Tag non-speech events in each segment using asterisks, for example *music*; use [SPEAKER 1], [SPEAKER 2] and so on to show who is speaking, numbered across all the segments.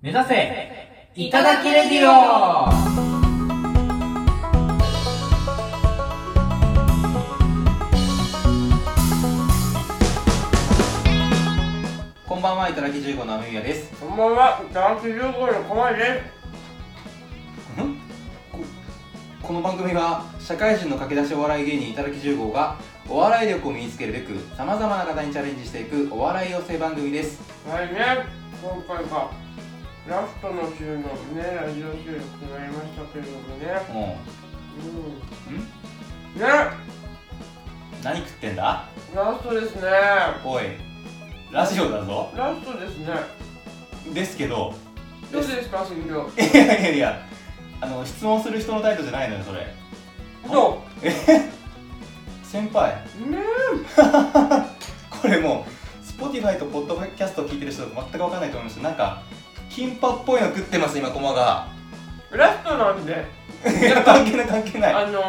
[SPEAKER 1] 目指せいただきレディオこんばんはいただき十五のあみみやです
[SPEAKER 2] こんばんは、ダンス情報のコマで
[SPEAKER 1] この番組は社会人の駆け出しお笑い芸人いただき10号がお笑い力を身につけるべくさまざまな方にチャレンジしていくお笑い養成番組です
[SPEAKER 2] す。はいね、今回がラストの週のね、ラジオ収録となりましたけれどもね。
[SPEAKER 1] も
[SPEAKER 2] うんん。ね、
[SPEAKER 1] う何食ってんだ
[SPEAKER 2] ラストですね。
[SPEAKER 1] おいラジオだぞ
[SPEAKER 2] ラストですね。
[SPEAKER 1] ですけど
[SPEAKER 2] どうですか、杉良。
[SPEAKER 1] いやいやいやあの質問する人の態度じゃないのよそれ
[SPEAKER 2] ど
[SPEAKER 1] 先輩
[SPEAKER 2] うね
[SPEAKER 1] これもう Spotify と Podcast を聞いてる人全く分かんないと思いますなんかキンパっぽいの食ってます今コマが
[SPEAKER 2] ラストなんで、
[SPEAKER 1] いや関係ない関係ない
[SPEAKER 2] あの、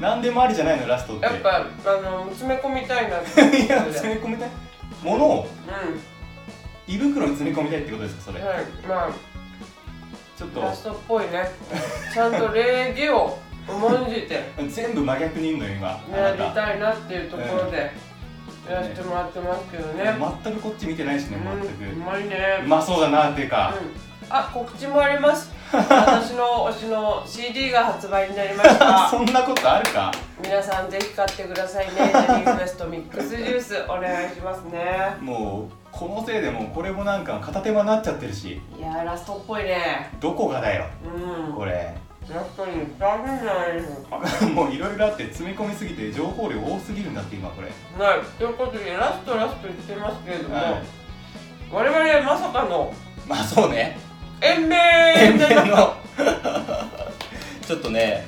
[SPEAKER 1] 何でもありじゃないのラストって
[SPEAKER 2] やっぱ、あの、詰め込みたいなって。
[SPEAKER 1] *laughs* いや詰め込みたいものを
[SPEAKER 2] う
[SPEAKER 1] 胃袋に詰め込みたいってことですかそれ
[SPEAKER 2] ん。はい、まあ。
[SPEAKER 1] ちょっ
[SPEAKER 2] ラストっぽいねちゃんと礼儀を重んじて
[SPEAKER 1] と全部真逆にいんのよ今あ
[SPEAKER 2] や
[SPEAKER 1] な
[SPEAKER 2] り
[SPEAKER 1] た
[SPEAKER 2] たいなっていうところでやらせてもらってますけどね
[SPEAKER 1] 全くこっち見てないしね
[SPEAKER 2] うんう
[SPEAKER 1] 全
[SPEAKER 2] まい
[SPEAKER 1] くう
[SPEAKER 2] ね
[SPEAKER 1] まそうだなっていう
[SPEAKER 2] う
[SPEAKER 1] か
[SPEAKER 2] んあ告知もあります私の推しの CD が発売になりまし
[SPEAKER 1] *laughs*
[SPEAKER 2] た
[SPEAKER 1] そんなことあるか
[SPEAKER 2] 皆さんぜひ買ってくださいねジャニーフェストミックスジュースお願いしますね
[SPEAKER 1] もうこのせいでもうこれもなんか片手間になっちゃってるし
[SPEAKER 2] いやーラストっぽいね
[SPEAKER 1] どこがだよ
[SPEAKER 2] うん
[SPEAKER 1] これ *laughs*
[SPEAKER 2] ラストに大変じゃないですか
[SPEAKER 1] もういろいろあって詰め込みすぎて情報量多すぎるんだって今これ
[SPEAKER 2] はいということでラストラスト言ってますけれども、
[SPEAKER 1] はい
[SPEAKER 2] 我々まさかの
[SPEAKER 1] まあそうね
[SPEAKER 2] 延命
[SPEAKER 1] 天
[SPEAKER 2] じゃな
[SPEAKER 1] 然のちょっとね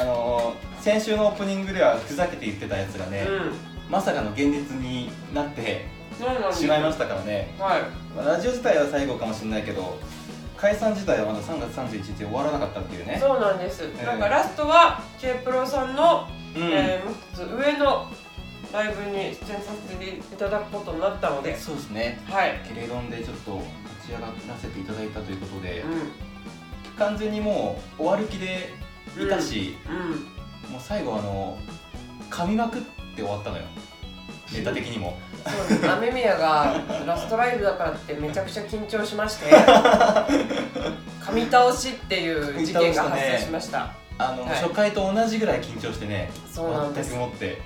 [SPEAKER 1] あのー、先週のオープニングではふざけて言ってたやつがね、
[SPEAKER 2] うん
[SPEAKER 1] まさかの現実になって
[SPEAKER 2] そうなんです
[SPEAKER 1] しまいましたからね、
[SPEAKER 2] はい
[SPEAKER 1] まあラジオ自体は最後かもしれないけど解散自体はまだ3月31日で終わらなかったっていうね
[SPEAKER 2] そうなんです、
[SPEAKER 1] え
[SPEAKER 2] なんかラストは K プロさんの、
[SPEAKER 1] うん、
[SPEAKER 2] えーもう一つ上のライブに出演させていただくことになったので
[SPEAKER 1] そうですね
[SPEAKER 2] はい
[SPEAKER 1] ケレロンでちょっと立ち上がらせていただいたということで
[SPEAKER 2] うん、うん
[SPEAKER 1] 完全にもう終わる気でいたし、もう最後あの噛みまくって終わったのよネタ的にも
[SPEAKER 2] そうです雨宮がラストライブだからってめちゃくちゃ緊張しまして
[SPEAKER 1] *laughs*
[SPEAKER 2] 噛み倒しっていう事件が発生しました
[SPEAKER 1] あの、
[SPEAKER 2] はい
[SPEAKER 1] 初回と同じぐらい緊張してね
[SPEAKER 2] そうなんです
[SPEAKER 1] 全くもって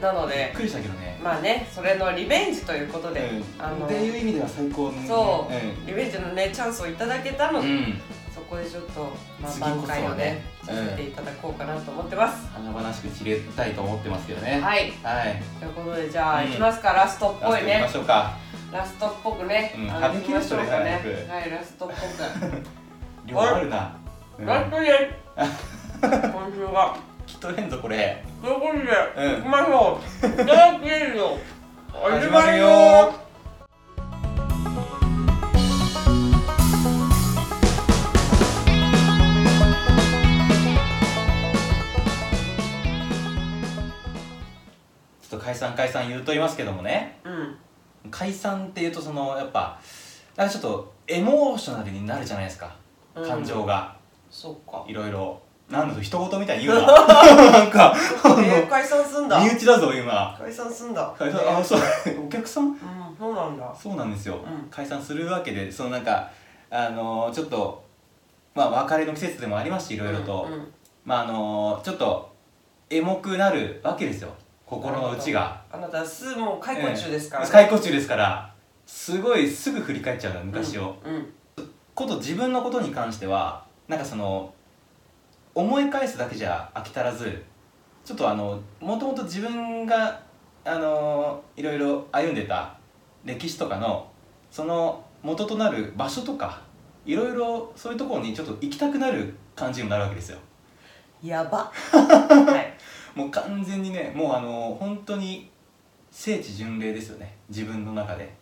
[SPEAKER 2] なの
[SPEAKER 1] びっ
[SPEAKER 2] で
[SPEAKER 1] くりしたけどね、
[SPEAKER 2] まあねそれのリベンジということで、あ
[SPEAKER 1] うん、
[SPEAKER 2] の
[SPEAKER 1] っていう意味では最高のね
[SPEAKER 2] そう
[SPEAKER 1] うん
[SPEAKER 2] リベンジのねチャンスをいただけたので、
[SPEAKER 1] うん、
[SPEAKER 2] そこでちょっと、まあ、
[SPEAKER 1] 次こそはね
[SPEAKER 2] 挽回をねさせていただこうかなと思ってます、
[SPEAKER 1] 華々しく散れたいと思ってますけどね。
[SPEAKER 2] はい
[SPEAKER 1] はい。
[SPEAKER 2] ということでじゃあ、
[SPEAKER 1] うん
[SPEAKER 2] いきますかラストっ
[SPEAKER 1] ラス
[SPEAKER 2] ぽ
[SPEAKER 1] ト行
[SPEAKER 2] い
[SPEAKER 1] きま
[SPEAKER 2] ね
[SPEAKER 1] しょうか。
[SPEAKER 2] ラストっぽくね、
[SPEAKER 1] うん
[SPEAKER 2] あの
[SPEAKER 1] 張り切る人です
[SPEAKER 2] 行きましょう
[SPEAKER 1] から
[SPEAKER 2] か
[SPEAKER 1] ね
[SPEAKER 2] ねはいラストっぽく
[SPEAKER 1] 量あるな。うん
[SPEAKER 2] ラストで
[SPEAKER 1] *laughs*
[SPEAKER 2] す今週は
[SPEAKER 1] きっとれんぞこれ。
[SPEAKER 2] ということで、
[SPEAKER 1] うん
[SPEAKER 2] 行きましょういただきれるよ始まるよ
[SPEAKER 1] ちょっと解散解散言うと言いますけどもね。
[SPEAKER 2] うん
[SPEAKER 1] 解散っていうとそのやっぱなんかちょっとエモーショナルになるじゃないですか。
[SPEAKER 2] うん
[SPEAKER 1] 感情が
[SPEAKER 2] そうか
[SPEAKER 1] いろいろ。なんだと一言みたいに
[SPEAKER 2] *laughs*
[SPEAKER 1] 言うな。なんか
[SPEAKER 2] えー、解散すんだ
[SPEAKER 1] 身内だぞ今。
[SPEAKER 2] 解散すんだ
[SPEAKER 1] 解散あそうお客さん
[SPEAKER 2] うんそうなんだ
[SPEAKER 1] そうなんですよ、
[SPEAKER 2] うん
[SPEAKER 1] 解散するわけでそのなんかあのーちょっとまあ別れの季節でもありますしいろいろと、
[SPEAKER 2] うんうん
[SPEAKER 1] まああのーちょっとエモくなるわけですよ心の内が
[SPEAKER 2] あなたすもう解雇中ですから、ね
[SPEAKER 1] 解雇中ですからすごいすぐ振り返っちゃうの昔を、
[SPEAKER 2] うん、うん
[SPEAKER 1] こと自分のことに関してはなんかその思い返すだけじゃ飽き足らずちょっとあのもともと自分があのいろいろ歩んでた歴史とかのその元となる場所とかいろいろそういうところにちょっと行きたくなる感じにもなるわけですよ *laughs*
[SPEAKER 2] やばはい
[SPEAKER 1] もう完全にねもうあの本当に聖地巡礼ですよね自分の中で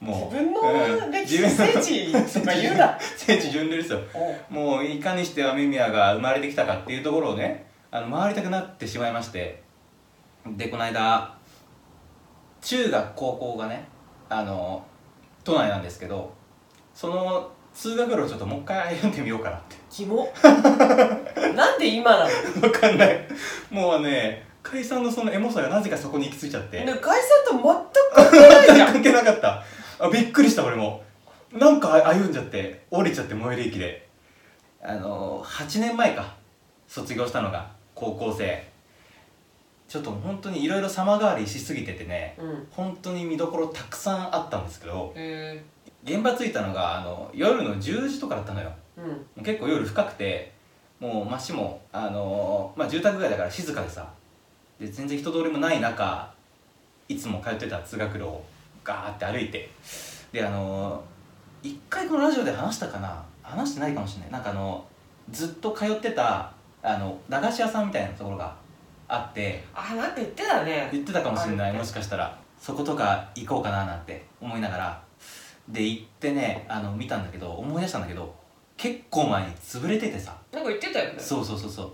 [SPEAKER 1] もう
[SPEAKER 2] 自分
[SPEAKER 1] う
[SPEAKER 2] の
[SPEAKER 1] ん
[SPEAKER 2] 歴
[SPEAKER 1] 自
[SPEAKER 2] 史
[SPEAKER 1] 分の
[SPEAKER 2] *laughs* 聖地とか言うな
[SPEAKER 1] 聖地巡礼ですよ
[SPEAKER 2] お
[SPEAKER 1] もういかにして雨宮が生まれてきたかっていうところをねあの回りたくなってしまいましてでこの間中学高校がねあの都内なんですけどその通学路ちょっともう一回歩んでみようかなって
[SPEAKER 2] キモ *laughs* なんで今なの
[SPEAKER 1] *laughs* 分かんないもうね解散のそのエモさがなぜかそこに行き着いちゃって
[SPEAKER 2] ね解散と全く関係ないじゃん
[SPEAKER 1] *laughs* 関係なかったあびっくりした俺もなんか歩んじゃって降りちゃって最寄り駅であの8年前か卒業したのが高校生ちょっと本当にいろいろ様変わりしすぎててね
[SPEAKER 2] うん
[SPEAKER 1] 本当に見どころたくさんあったんですけど
[SPEAKER 2] へ
[SPEAKER 1] 現場着いたのがあの夜の10時とかだったのよ
[SPEAKER 2] えうん
[SPEAKER 1] もう結構夜深くてもう街も、あのーまあ、住宅街だから静かでさで全然人通りもない中いつも通ってた通学路をガーって歩いてであのー一回このラジオで話したかな話してないかもしれないなんかあのずっと通ってたあの駄菓子屋さんみたいなところがあって
[SPEAKER 2] あなんか言ってたね
[SPEAKER 1] 言ってたかもしれな
[SPEAKER 2] あ
[SPEAKER 1] いもしかしたらそことか行こうかななんて思いながらで行ってねあの見たんだけど思い出したんだけど結構前に潰れててさ
[SPEAKER 2] なんか言ってたよね
[SPEAKER 1] そうそうそうそう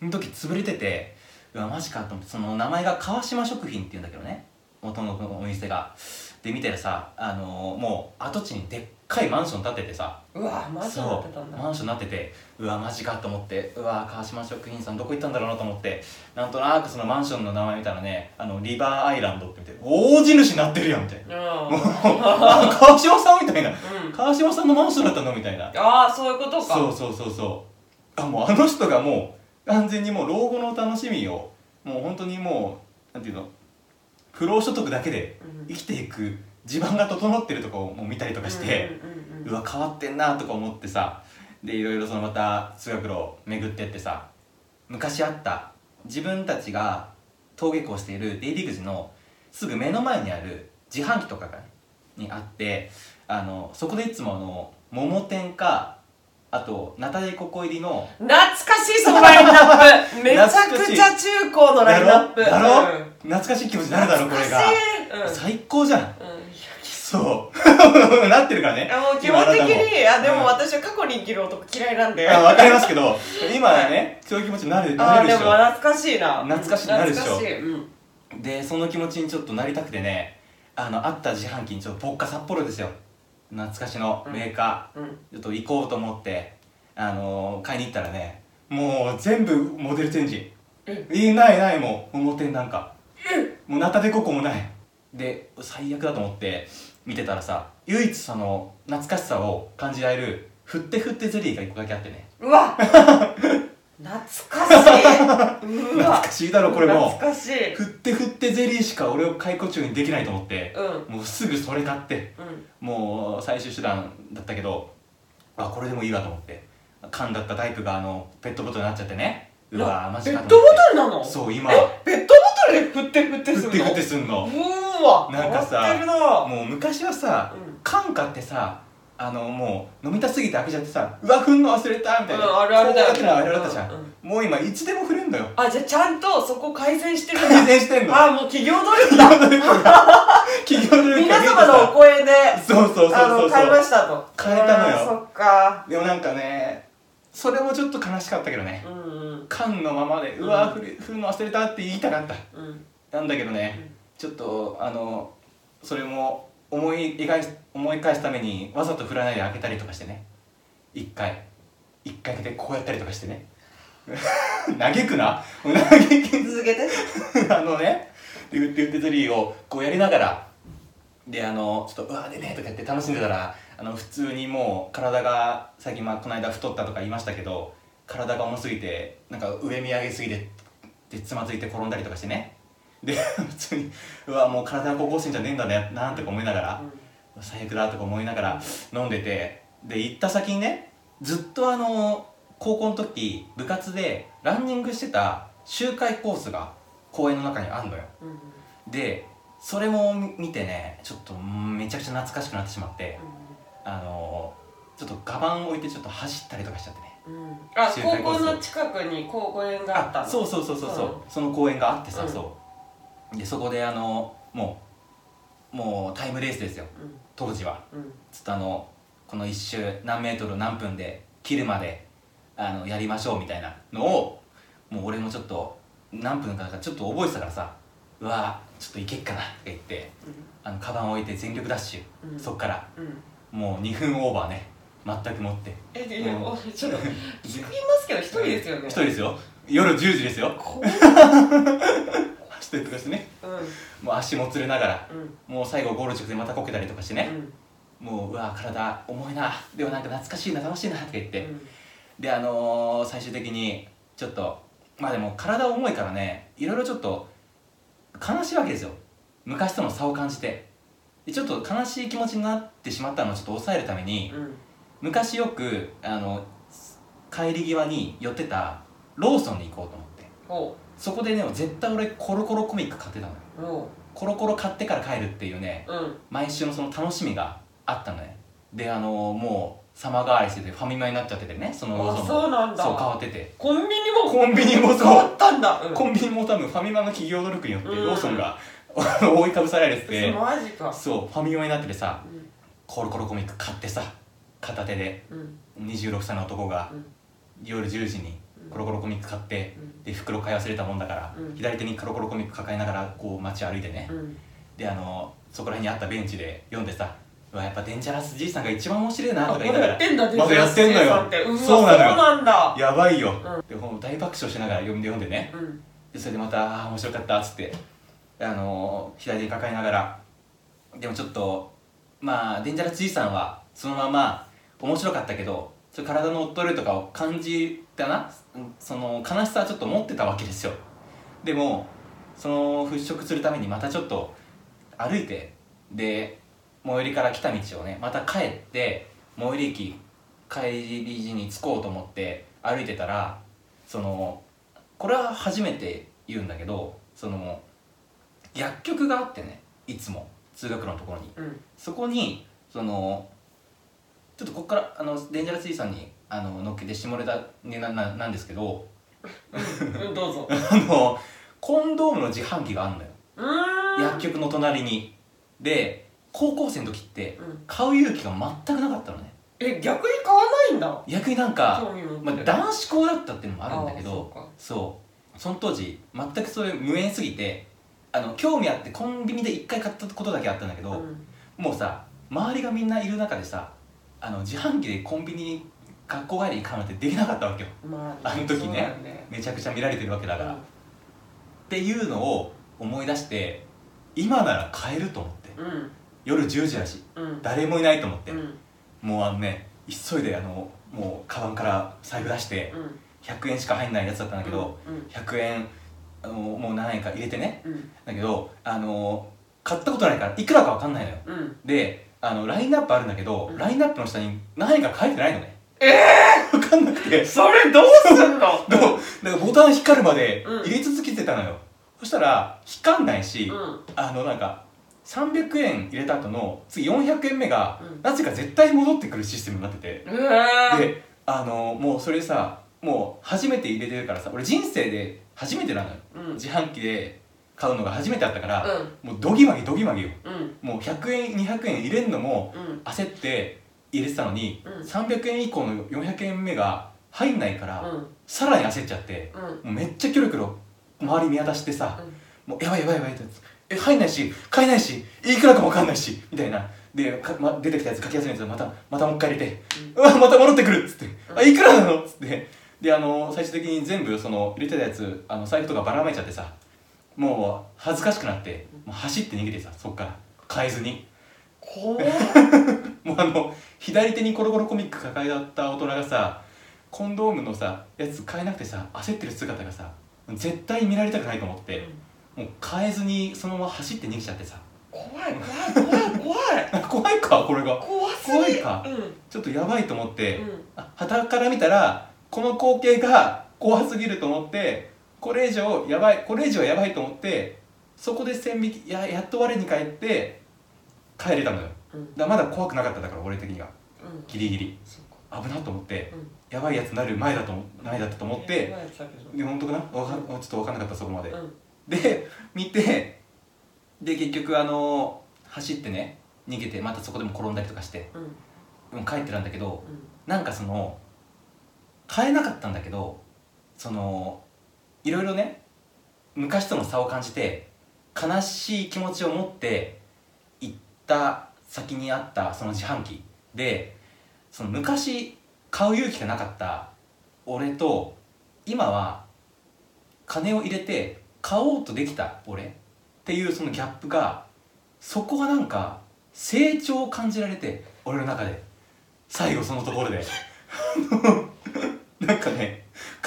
[SPEAKER 1] その時潰れててうわマジかと思ってその名前が川島食品っていうんだけどね元のお店がで見たらさあのもう跡地にでっかいマンション建ててさ
[SPEAKER 2] うわマジになってたん
[SPEAKER 1] そうマ
[SPEAKER 2] だ
[SPEAKER 1] ンションなっててうわマジかと思ってうわ川島食品さんどこ行ったんだろうなと思ってなんとなくそのマンションの名前見たらねあのリバーアイランドって見て大地主になってるやんみたいな
[SPEAKER 2] *laughs*
[SPEAKER 1] も
[SPEAKER 2] う
[SPEAKER 1] うんあ川島さんみたいな
[SPEAKER 2] うん
[SPEAKER 1] 川島さんのマンションだったのみたいな
[SPEAKER 2] ああそういうことか
[SPEAKER 1] そうそうそうそうあもうあの人がもう完全にもう老後の楽しみをもう本当にもうなんていうの不労所得だけで
[SPEAKER 2] うん
[SPEAKER 1] 生きていく地盤が整ってるとこをもう見たりとかして、
[SPEAKER 2] うんうんうん
[SPEAKER 1] うわ変わってんなとか思ってさでいろいろそのまた通学路を巡ってってさ昔あった自分たちが登下校している出入り口のすぐ目の前にある自販機とかが、にあってあのそこでいつもあの桃天かあとナタデココ入りの
[SPEAKER 2] 懐かしいそのラインナップめちゃくちゃ中高のラインナップ
[SPEAKER 1] だろだ
[SPEAKER 2] う
[SPEAKER 1] ろ
[SPEAKER 2] ん
[SPEAKER 1] 懐かしい気持ちになるだろこれが
[SPEAKER 2] 懐かしい
[SPEAKER 1] 最高じゃん
[SPEAKER 2] うんうん
[SPEAKER 1] そう
[SPEAKER 2] *laughs*
[SPEAKER 1] *laughs* なってるからね
[SPEAKER 2] いやもう基本的にあ
[SPEAKER 1] なた
[SPEAKER 2] でも私は過去に生きる男嫌いなんで
[SPEAKER 1] あ
[SPEAKER 2] あ
[SPEAKER 1] わかりますけど今はねそういう気持ちになるな
[SPEAKER 2] あ
[SPEAKER 1] れる
[SPEAKER 2] で
[SPEAKER 1] で
[SPEAKER 2] も
[SPEAKER 1] しょ
[SPEAKER 2] 懐かしいな
[SPEAKER 1] 懐かしいなるでしょ
[SPEAKER 2] 懐かいうん
[SPEAKER 1] でその気持ちにちょっとなりたくてねあのあった自販機にちょっとポッカ札幌ですよ懐かしのメーカ
[SPEAKER 2] うん
[SPEAKER 1] ー、ちょっと行こうと思ってあのー買いに行ったらねもう全部モデルチェンジ
[SPEAKER 2] え
[SPEAKER 1] いいないないもう表なんかもうナタデココもないで最悪だと思って見てたらさ唯一その懐かしさを感じられる振って振ってゼリーが1個だけあってね
[SPEAKER 2] うわ懐かしいう
[SPEAKER 1] *laughs* 懐
[SPEAKER 2] わ
[SPEAKER 1] かしいだろこれも
[SPEAKER 2] 懐かしい
[SPEAKER 1] 振って振ってゼリーしか俺を解雇中にできないと思って
[SPEAKER 2] うん
[SPEAKER 1] もうすぐそれ買って
[SPEAKER 2] うん
[SPEAKER 1] もう最終手段だったけどあこれでもいいわと思って缶だったタイプがあのペットボトルになっちゃってねうわマ
[SPEAKER 2] ペ
[SPEAKER 1] ジか
[SPEAKER 2] ットボトルなの
[SPEAKER 1] そう今
[SPEAKER 2] えペットボトルで振って振ってす
[SPEAKER 1] 振
[SPEAKER 2] る
[SPEAKER 1] って
[SPEAKER 2] の
[SPEAKER 1] 振ってすんの
[SPEAKER 2] うわ
[SPEAKER 1] なんかさ
[SPEAKER 2] 変わってるな
[SPEAKER 1] もう昔はさ
[SPEAKER 2] うん
[SPEAKER 1] 缶買ってさあのもう飲みたすぎて開けちゃってさうわ振んの忘れたみたいな、
[SPEAKER 2] うんあるあるだよ
[SPEAKER 1] こうやってのあれあれだったじゃん、
[SPEAKER 2] うんうん
[SPEAKER 1] もう今いつでも振れんのよ
[SPEAKER 2] あじゃあちゃんとそこ改善してるんだ
[SPEAKER 1] 改善してんの
[SPEAKER 2] *laughs* あもう企業努力だ
[SPEAKER 1] *laughs* 企業努力
[SPEAKER 2] 皆
[SPEAKER 1] が見えて
[SPEAKER 2] 様のお
[SPEAKER 1] さ
[SPEAKER 2] 声で
[SPEAKER 1] そうそうそう
[SPEAKER 2] あ
[SPEAKER 1] そ
[SPEAKER 2] の
[SPEAKER 1] う
[SPEAKER 2] 買い
[SPEAKER 1] そ
[SPEAKER 2] ま
[SPEAKER 1] う
[SPEAKER 2] したと
[SPEAKER 1] 変えたのよ
[SPEAKER 2] あーそっか
[SPEAKER 1] でもなんかねそれもちょっと悲しかったけどね
[SPEAKER 2] うんうん
[SPEAKER 1] 缶のままでうわ振る振るの忘れたって言いたかった
[SPEAKER 2] うん
[SPEAKER 1] なんだけどね、
[SPEAKER 2] うん
[SPEAKER 1] ちょっとあのそれも思い描い思い返すためにわざと振らないで開けたりとかしてね一回一回開けてこうやったりとかしてね *laughs* 嘆くな嘆
[SPEAKER 2] 続けて
[SPEAKER 1] く *laughs* あのねでウッデウッデゼリーをこうやりながらであのちょっと「うわーでね」とか言って楽しんでたらあの普通にもう体が最近、まあ、この間太ったとか言いましたけど体が重すぎてなんか上見上げすぎてでつまずいて転んだりとかしてねで普通に「うわもう体が高校生じゃねえんだね」なんてか思いながら「最悪だ」とか思いながら飲んでてで行った先にねずっとあの高校の時部活でランニングしてた周回コースが公園の中にあんのよ
[SPEAKER 2] うんうん
[SPEAKER 1] でそれも見てねちょっとうんめちゃくちゃ懐かしくなってしまってあのちょっとガバン置いてちょっと走ったりとかしちゃってね
[SPEAKER 2] うんうんあ
[SPEAKER 1] 周
[SPEAKER 2] 高
[SPEAKER 1] 回コー
[SPEAKER 2] 校
[SPEAKER 1] ス
[SPEAKER 2] の近くに公園があったの
[SPEAKER 1] そうそうそうそうそう、
[SPEAKER 2] うん
[SPEAKER 1] その公園があってさ、
[SPEAKER 2] うん
[SPEAKER 1] そうでそこであのもうもうタイムレースですよ
[SPEAKER 2] うん
[SPEAKER 1] 当時は
[SPEAKER 2] うん
[SPEAKER 1] ちょっとあのこの一周何メートル何分で切るまであのやりましょうみたいなのをもう俺もちょっと何分かちょっと覚えてたからさうわちょっといけっかなとか言ってあのカバンを置いて全力ダッシュ、
[SPEAKER 2] うん
[SPEAKER 1] そっから
[SPEAKER 2] うん
[SPEAKER 1] もう2分オーバーね全くもって
[SPEAKER 2] えいや
[SPEAKER 1] うん
[SPEAKER 2] おちょっと聞きますけど一人ですよね
[SPEAKER 1] 一人ですよ夜10時ですよ
[SPEAKER 2] こう
[SPEAKER 1] 走ったりとかしてね
[SPEAKER 2] うん
[SPEAKER 1] もう足もつれながら
[SPEAKER 2] うん
[SPEAKER 1] もう最後ゴール直前またこけたりとかしてね、もううわ体重いなでもなんか懐かしいな楽しいなとか言っ
[SPEAKER 2] う
[SPEAKER 1] て、
[SPEAKER 2] ん
[SPEAKER 1] であのー最終的にちょっとまあでも体重いからねいろいろちょっと悲しいわけですよ昔との差を感じてでちょっと悲しい気持ちになってしまったのをちょっと抑えるために
[SPEAKER 2] うん
[SPEAKER 1] 昔よくあの帰り際に寄ってたローソンに行こうと思って
[SPEAKER 2] お
[SPEAKER 1] そこでね絶対俺コロコロコミック買ってたのよ
[SPEAKER 2] お
[SPEAKER 1] コロコロ買ってから帰るっていうね
[SPEAKER 2] うん
[SPEAKER 1] 毎週のその楽しみがあったのねであのもう様変わりしててファミマになっちゃっててねそのローソ
[SPEAKER 2] あ
[SPEAKER 1] ンも
[SPEAKER 2] そうなん
[SPEAKER 1] そう変わ
[SPEAKER 2] だ
[SPEAKER 1] ってて
[SPEAKER 2] コンビニも
[SPEAKER 1] コンビニも
[SPEAKER 2] 変わ
[SPEAKER 1] そ
[SPEAKER 2] ったんだう
[SPEAKER 1] うんコンビニも多分ファミマの企業努力によって
[SPEAKER 2] うん
[SPEAKER 1] ローソンが覆いかぶさられてて
[SPEAKER 2] マジか
[SPEAKER 1] そうファミマになっててさ
[SPEAKER 2] うん
[SPEAKER 1] コロコロコミック買ってさ片手で
[SPEAKER 2] うん
[SPEAKER 1] 26歳の男が
[SPEAKER 2] うん
[SPEAKER 1] 夜10時にコロコロコミック買って
[SPEAKER 2] うん
[SPEAKER 1] で袋買い忘れたもんだから
[SPEAKER 2] うん
[SPEAKER 1] 左手にコロコロコミック抱えながらこう街歩いてね
[SPEAKER 2] うん
[SPEAKER 1] であのそこら辺にあったベンチで読んでさ「うわやっぱデンジャラスじいさんが一番面白いな」と
[SPEAKER 2] あ
[SPEAKER 1] か言い
[SPEAKER 2] まだ
[SPEAKER 1] なが
[SPEAKER 2] や
[SPEAKER 1] ら
[SPEAKER 2] ってんだ
[SPEAKER 1] まだやってんのよ
[SPEAKER 2] うわ
[SPEAKER 1] そ
[SPEAKER 2] そうう
[SPEAKER 1] なのよ
[SPEAKER 2] なんだ
[SPEAKER 1] やばいよ、
[SPEAKER 2] う
[SPEAKER 1] でもう大爆笑しながら読んで読んでね
[SPEAKER 2] うん
[SPEAKER 1] でそれでまた「あー面白かった」っつって、あのー左手に抱えながらでもちょっとまあデンジャラス爺さんはそのまま面白かったけどちょっと体の衰えとかを感じたなうんその悲しさはちょっと持ってたわけですよでもその払拭するためにまたちょっと歩いてで最寄りから来た道をねまた帰って最寄り駅帰り路に着こうと思って歩いてたらそのこれは初めて言うんだけどその薬局があってねいつも通学路のところに
[SPEAKER 2] うん
[SPEAKER 1] そこにそのちょっとここからあのデンジャラスイさんにあの乗っけて下ネタになななんですけど *laughs*
[SPEAKER 2] うんどうぞ
[SPEAKER 1] あのコンドームの自販機があるのよ
[SPEAKER 2] うーん
[SPEAKER 1] 薬局の隣にで高校生の時って
[SPEAKER 2] うん
[SPEAKER 1] 買う勇気が全くなかったのね
[SPEAKER 2] え逆に買わないんだ
[SPEAKER 1] 逆になんか、
[SPEAKER 2] 興味持って
[SPEAKER 1] まあ、男子校だったっていうのもあるんだけ
[SPEAKER 2] あーそ
[SPEAKER 1] ど
[SPEAKER 2] うか
[SPEAKER 1] そうその当時全くそういう無縁すぎてあの興味あってコンビニで1回買ったことだけあったんだけど、
[SPEAKER 2] うん
[SPEAKER 1] もうさ周りがみんないる中でさあの自販機でコンビニに学校帰りに買うなんてできなかったわけよ
[SPEAKER 2] ま
[SPEAKER 1] あの時ね
[SPEAKER 2] そうだよね
[SPEAKER 1] めちゃくちゃ見られてるわけだから、っていうのを思い出して今なら買えると思って
[SPEAKER 2] うん
[SPEAKER 1] 夜10時だし
[SPEAKER 2] うん
[SPEAKER 1] 誰もいないと思って、
[SPEAKER 2] うん
[SPEAKER 1] もうあのね急いであのもうカバンから財布出して
[SPEAKER 2] うん
[SPEAKER 1] 100円しか入んないやつだったんだけど、
[SPEAKER 2] うん
[SPEAKER 1] 100円あのもう何円か入れてね
[SPEAKER 2] うん
[SPEAKER 1] だけどあの買ったことないからいくらか分かんないのよ
[SPEAKER 2] うん
[SPEAKER 1] であのラインナップあるんだけど、
[SPEAKER 2] うん
[SPEAKER 1] ラインナップの下に何円か書いてないのね
[SPEAKER 2] え
[SPEAKER 1] え分かんなくて
[SPEAKER 2] それどうすんの
[SPEAKER 1] でもなんかボタン光るまで
[SPEAKER 2] うん
[SPEAKER 1] 入れ続けてたのよ、そしたら光んないし、
[SPEAKER 2] うん
[SPEAKER 1] あのなんか300円入れた後の次400円目が、
[SPEAKER 2] うん
[SPEAKER 1] なぜか絶対戻ってくるシステムになってて
[SPEAKER 2] うわー
[SPEAKER 1] であのもうそれさもう初めて入れてるからさ俺人生で初めてなのよ
[SPEAKER 2] うん
[SPEAKER 1] 自販機で買うのが初めてだったから、
[SPEAKER 2] う
[SPEAKER 1] もうどぎまぎどぎまぎよ
[SPEAKER 2] んうん
[SPEAKER 1] もう100円200円入れるのも
[SPEAKER 2] うん
[SPEAKER 1] 焦って入れてたのに、
[SPEAKER 2] うん
[SPEAKER 1] 300円以降の400円目が入んないから、
[SPEAKER 2] うん
[SPEAKER 1] さらに焦っちゃって
[SPEAKER 2] うん
[SPEAKER 1] もうめっちゃキョロキョロ周り見渡してさ、もうやばいやばいやばいってえ入んないし買えないしいくらかもわかんないしみたいなでか、ま、出てきたやつかき集めたやつまたまたもう一回入れて、うわまた戻ってくるっつって、
[SPEAKER 2] ん
[SPEAKER 1] あいくらなのっつってであの最終的に全部その入れてたやつあの財布とかばらまいちゃってさもう恥ずかしくなってもう走って逃げてさそっから買えずに
[SPEAKER 2] 怖っ
[SPEAKER 1] もうあの左手にコロコロコミック抱えだった大人がさコンドームのさやつ買えなくてさ焦ってる姿がさ絶対見られたくないと思って、もう変えずにそのまま走って逃げちゃってさ *laughs*
[SPEAKER 2] 怖い怖い怖い怖い
[SPEAKER 1] 怖いかこれが
[SPEAKER 2] 怖すぎ
[SPEAKER 1] 怖いか
[SPEAKER 2] うん
[SPEAKER 1] ちょっとやばいと思って
[SPEAKER 2] うん
[SPEAKER 1] あ傍から見たらこの光景が怖すぎると思ってこれ以上やばいこれ以上やばいと思ってそこで線引きややっと我に返って帰れたのよ
[SPEAKER 2] うん
[SPEAKER 1] だまだ怖くなかっただから俺的には
[SPEAKER 2] うん
[SPEAKER 1] ギリギリ
[SPEAKER 2] そうか
[SPEAKER 1] 危なと思って
[SPEAKER 2] うん
[SPEAKER 1] やばいやつになる前だと思前だったと思って
[SPEAKER 2] 前やたけど
[SPEAKER 1] で本当かなわかんちょっと分かんなかったそこまで
[SPEAKER 2] うん
[SPEAKER 1] で見てで結局あの走ってね逃げてまたそこでも転んだりとかして
[SPEAKER 2] うん
[SPEAKER 1] もう帰ってたんだけど
[SPEAKER 2] うん
[SPEAKER 1] なんかその買えなかったんだけどそのいろいろね昔との差を感じて悲しい気持ちを持って行った先にあったその自販機でその昔買う勇気がなかった俺と今は金を入れて買おうとできた俺っていうそのギャップがそこがなんか成長を感じられて俺の中で最後そのところで *laughs* なんかね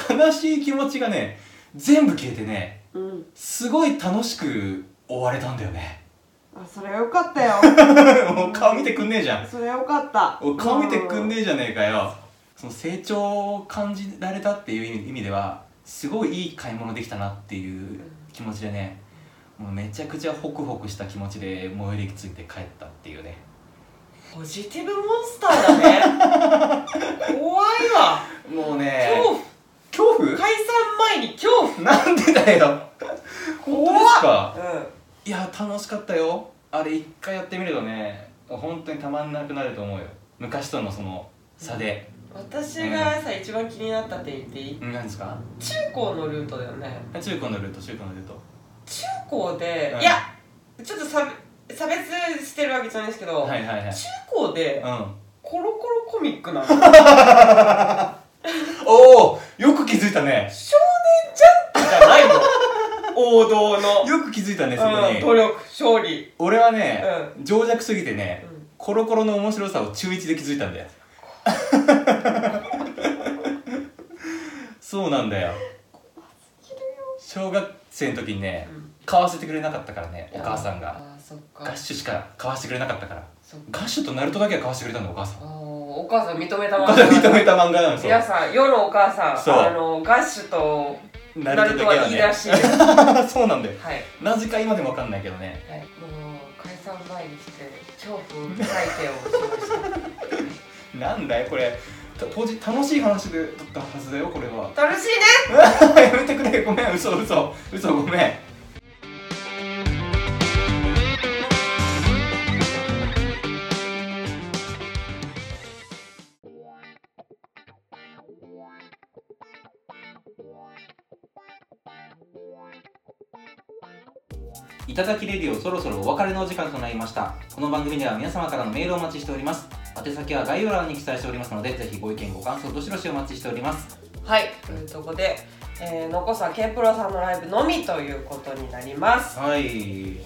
[SPEAKER 1] 悲しい気持ちがね全部消えてね
[SPEAKER 3] うん
[SPEAKER 1] すごい楽しく終われたんだよね *laughs*
[SPEAKER 3] あそれはよかったよ
[SPEAKER 1] もう顔見てくんねえじゃん
[SPEAKER 3] それはよかった
[SPEAKER 1] お顔見てくんねえじゃねえかよその成長を感じられたっていう意味意味ではすごいいい買い物できたなっていう気持ちでねもうめちゃくちゃホクホクした気持ちで燃えりついて帰ったっていうね
[SPEAKER 2] ポジティブモンスターだね怖いわ
[SPEAKER 1] もうね
[SPEAKER 2] 恐
[SPEAKER 1] 恐
[SPEAKER 2] 怖
[SPEAKER 1] 怖
[SPEAKER 2] 解散前に恐怖
[SPEAKER 1] なんでだよ本当ですか
[SPEAKER 2] うん
[SPEAKER 1] いや楽しかったよあれ一回やってみるとね本当にたまんなくなると思うよ昔とのその差で、
[SPEAKER 2] 私がさ一番気になったって言っていい
[SPEAKER 1] うん、何ですか
[SPEAKER 2] 中高のルートだよね
[SPEAKER 1] 中古のルート中古のルート
[SPEAKER 2] 中高で、
[SPEAKER 1] うん
[SPEAKER 2] いやちょっと差別差別してるわけじゃないですけど、
[SPEAKER 1] はいはいはい
[SPEAKER 2] 中高で
[SPEAKER 1] うん
[SPEAKER 2] コロコロコミックなの少年
[SPEAKER 1] おおよく気づいたね
[SPEAKER 2] ジャンプじゃないの王道の、
[SPEAKER 1] よく気づいたねそこ
[SPEAKER 2] うん、
[SPEAKER 1] に、
[SPEAKER 2] 努力勝利
[SPEAKER 1] 俺はね、
[SPEAKER 2] う
[SPEAKER 1] 情弱すぎてね、
[SPEAKER 2] うん
[SPEAKER 1] コロコロの面白さを中1で気づいたん *laughs* だよそうなんだよ小学生の時にね、
[SPEAKER 2] うん
[SPEAKER 1] 買わせてくれなかったからねお母さんが
[SPEAKER 2] あーそっか
[SPEAKER 1] ガッシュしか買わせてくれなかったから
[SPEAKER 2] そっ
[SPEAKER 1] ガ
[SPEAKER 2] か
[SPEAKER 1] ッシュとナルトだけは買わせてくれたんだお母さん
[SPEAKER 2] あーお母さん認めた
[SPEAKER 1] お
[SPEAKER 2] もん
[SPEAKER 1] 母さん *laughs* 認めた漫画なのそう
[SPEAKER 2] 皆さん世のお母さん
[SPEAKER 1] そう
[SPEAKER 2] あのガッシュと
[SPEAKER 1] ナ
[SPEAKER 2] ナルトはいいらしいですは
[SPEAKER 1] *laughs*
[SPEAKER 2] い、
[SPEAKER 1] そうなんだよ
[SPEAKER 2] はい、
[SPEAKER 1] なぜか今でもわかんないけどね
[SPEAKER 2] もう解散前にして恐怖体験をしました
[SPEAKER 1] なんだよこれた当時楽しい話で撮ったはずだよこれは
[SPEAKER 2] 楽しい
[SPEAKER 1] *laughs*
[SPEAKER 2] ね
[SPEAKER 1] やめてくれごめん嘘嘘嘘ごめんいただきレディオそろそろお別れのお時間となりましたこの番組では皆様からのメールをお待ちしております宛先は概要欄に記載しておりますのでぜひご意見ご感想どしどしお待ちしております
[SPEAKER 2] はい、というとこで、えー、残すは K プロさんのライブのみということになります。
[SPEAKER 1] はい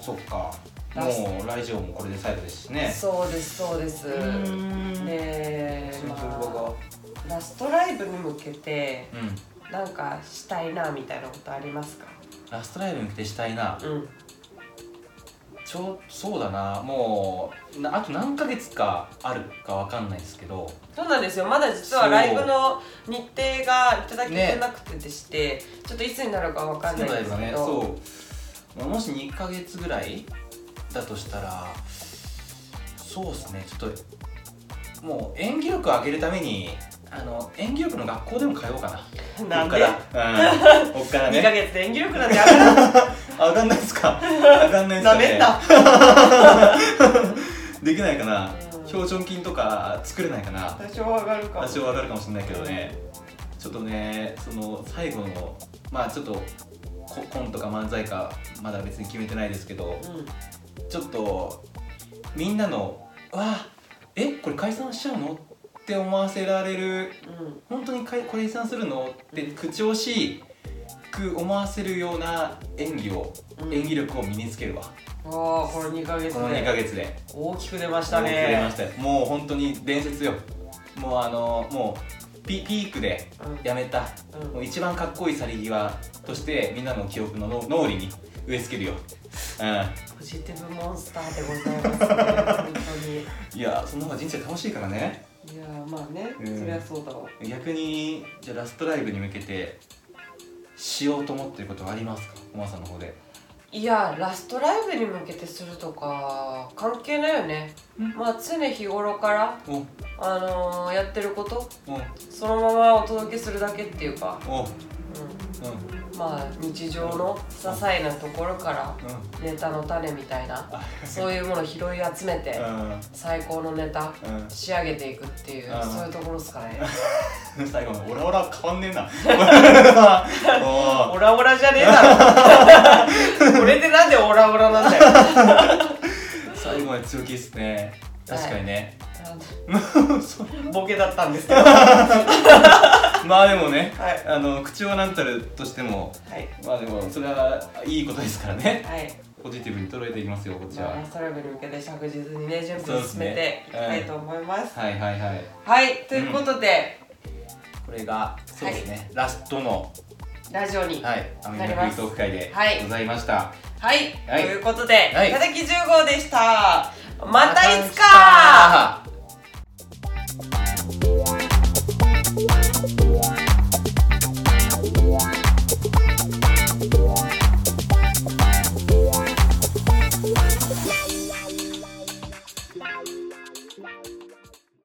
[SPEAKER 1] そっか
[SPEAKER 2] ラス
[SPEAKER 1] もうラジオもこれで最後ですしね
[SPEAKER 2] そうですそうです。
[SPEAKER 1] うーん
[SPEAKER 2] で、
[SPEAKER 1] 慎重
[SPEAKER 2] ま
[SPEAKER 1] が
[SPEAKER 2] あ、ラストライブに向けて
[SPEAKER 1] うん
[SPEAKER 2] なんかしたいなみたいなことありますか？
[SPEAKER 1] ラストライブに来てしたいな
[SPEAKER 2] うん。
[SPEAKER 1] ちょそうだなもうなあと何ヶ月かあるかわかんないですけど
[SPEAKER 2] そうなんですよ。まだ実はライブの日程がいただけてなくてでして、ちょっといつになるかわかんないんですけ
[SPEAKER 1] ね
[SPEAKER 2] ど、
[SPEAKER 1] そうもし2ヶ月ぐらいだとしたらそうですねちょっともう演技力を上げるためにあの演技力の学校でも通おうかな
[SPEAKER 2] なんで
[SPEAKER 1] こっから、うん、こっから
[SPEAKER 2] 2ヶ
[SPEAKER 1] ね
[SPEAKER 2] 月で演技力なんて上がらない。
[SPEAKER 1] *laughs* 上がんないっすか上がんないっすか、
[SPEAKER 2] ダ
[SPEAKER 1] ね、
[SPEAKER 2] メだ。
[SPEAKER 1] *laughs* できないかな
[SPEAKER 2] うん
[SPEAKER 1] 表情筋とか作れないかな
[SPEAKER 2] 多少上がるかも。
[SPEAKER 1] 多少わかるかもしれないけどねちょっとねその最後のまあちょっとココントか漫才かまだ別に決めてないですけど
[SPEAKER 2] うん。
[SPEAKER 1] ちょっとみんなの「わあえこれ解散しちゃうの?」って思わせられる
[SPEAKER 2] うん。
[SPEAKER 1] 本当にかいこれ解散するのって口惜しく思わせるような演技を、
[SPEAKER 2] うん
[SPEAKER 1] 演技力を身につけるわ
[SPEAKER 2] わあこの2ヶ月
[SPEAKER 1] この2
[SPEAKER 2] で
[SPEAKER 1] ヶ月で。
[SPEAKER 2] 大きく出ました
[SPEAKER 1] くれま
[SPEAKER 2] ね
[SPEAKER 1] したよもう本当に伝説よもうあのもうピピークでやめた
[SPEAKER 2] うん
[SPEAKER 1] も
[SPEAKER 2] うん
[SPEAKER 1] う一番かっこいい去り際としてみんなの記憶の脳脳裏に植え付けるよ、う
[SPEAKER 2] ポジティブモンスターでございますね本
[SPEAKER 1] ん、いやその方が人生楽しいからね
[SPEAKER 2] 当にいやーまあね、
[SPEAKER 1] うん
[SPEAKER 2] そりゃそうだわ
[SPEAKER 1] 逆にじゃあラストライブに向けてしようと思ってることはありますかおまさんの方で
[SPEAKER 2] いやーラストライブに向けてするとか関係ないよね
[SPEAKER 1] うん
[SPEAKER 2] まあ常日頃から
[SPEAKER 1] お
[SPEAKER 2] あのー、やってること
[SPEAKER 1] お
[SPEAKER 2] そのままお届けするだけっていうか、
[SPEAKER 1] お
[SPEAKER 2] うん、まあ日常の些細なところから
[SPEAKER 1] うんうん
[SPEAKER 2] ネタの種みたいな
[SPEAKER 1] あ
[SPEAKER 2] そういうものを拾い集めて最高のネタ
[SPEAKER 1] うん
[SPEAKER 2] 仕上げていくっていう
[SPEAKER 1] あー
[SPEAKER 2] そういうところですかね
[SPEAKER 1] うん最後のオラオラ変わんねえなおー
[SPEAKER 2] *laughs* オラオラじゃねえだろ *laughs* これで *laughs* なんでオラオラなんだよ
[SPEAKER 1] 最後まで強気ですね
[SPEAKER 2] はい
[SPEAKER 1] 確かにね、 *laughs*
[SPEAKER 2] たんだ
[SPEAKER 1] ボケだったんですけどまあでもね
[SPEAKER 2] はい
[SPEAKER 1] あの口をなんたるとしても
[SPEAKER 2] はい
[SPEAKER 1] まあでもそれはいいことですからね
[SPEAKER 2] はい
[SPEAKER 1] ポジティブに捉えていきますよこっちは、
[SPEAKER 2] まあ、ストライブに向けて着実にね準
[SPEAKER 1] そうで
[SPEAKER 2] 備を
[SPEAKER 1] す
[SPEAKER 2] 進め
[SPEAKER 1] ね
[SPEAKER 2] ていきたいと思います
[SPEAKER 1] はいはいはい
[SPEAKER 2] はいということで、
[SPEAKER 1] これがそうですね、ラストの
[SPEAKER 2] ラジオには、
[SPEAKER 1] はいいアメ
[SPEAKER 2] な
[SPEAKER 1] リ
[SPEAKER 2] り
[SPEAKER 1] カ
[SPEAKER 2] ます
[SPEAKER 1] フリートーク会で
[SPEAKER 2] はい
[SPEAKER 1] ございました、
[SPEAKER 2] はいということで、
[SPEAKER 1] はい
[SPEAKER 2] いただき10号でしたまた
[SPEAKER 1] ま
[SPEAKER 2] いつか
[SPEAKER 1] たいつか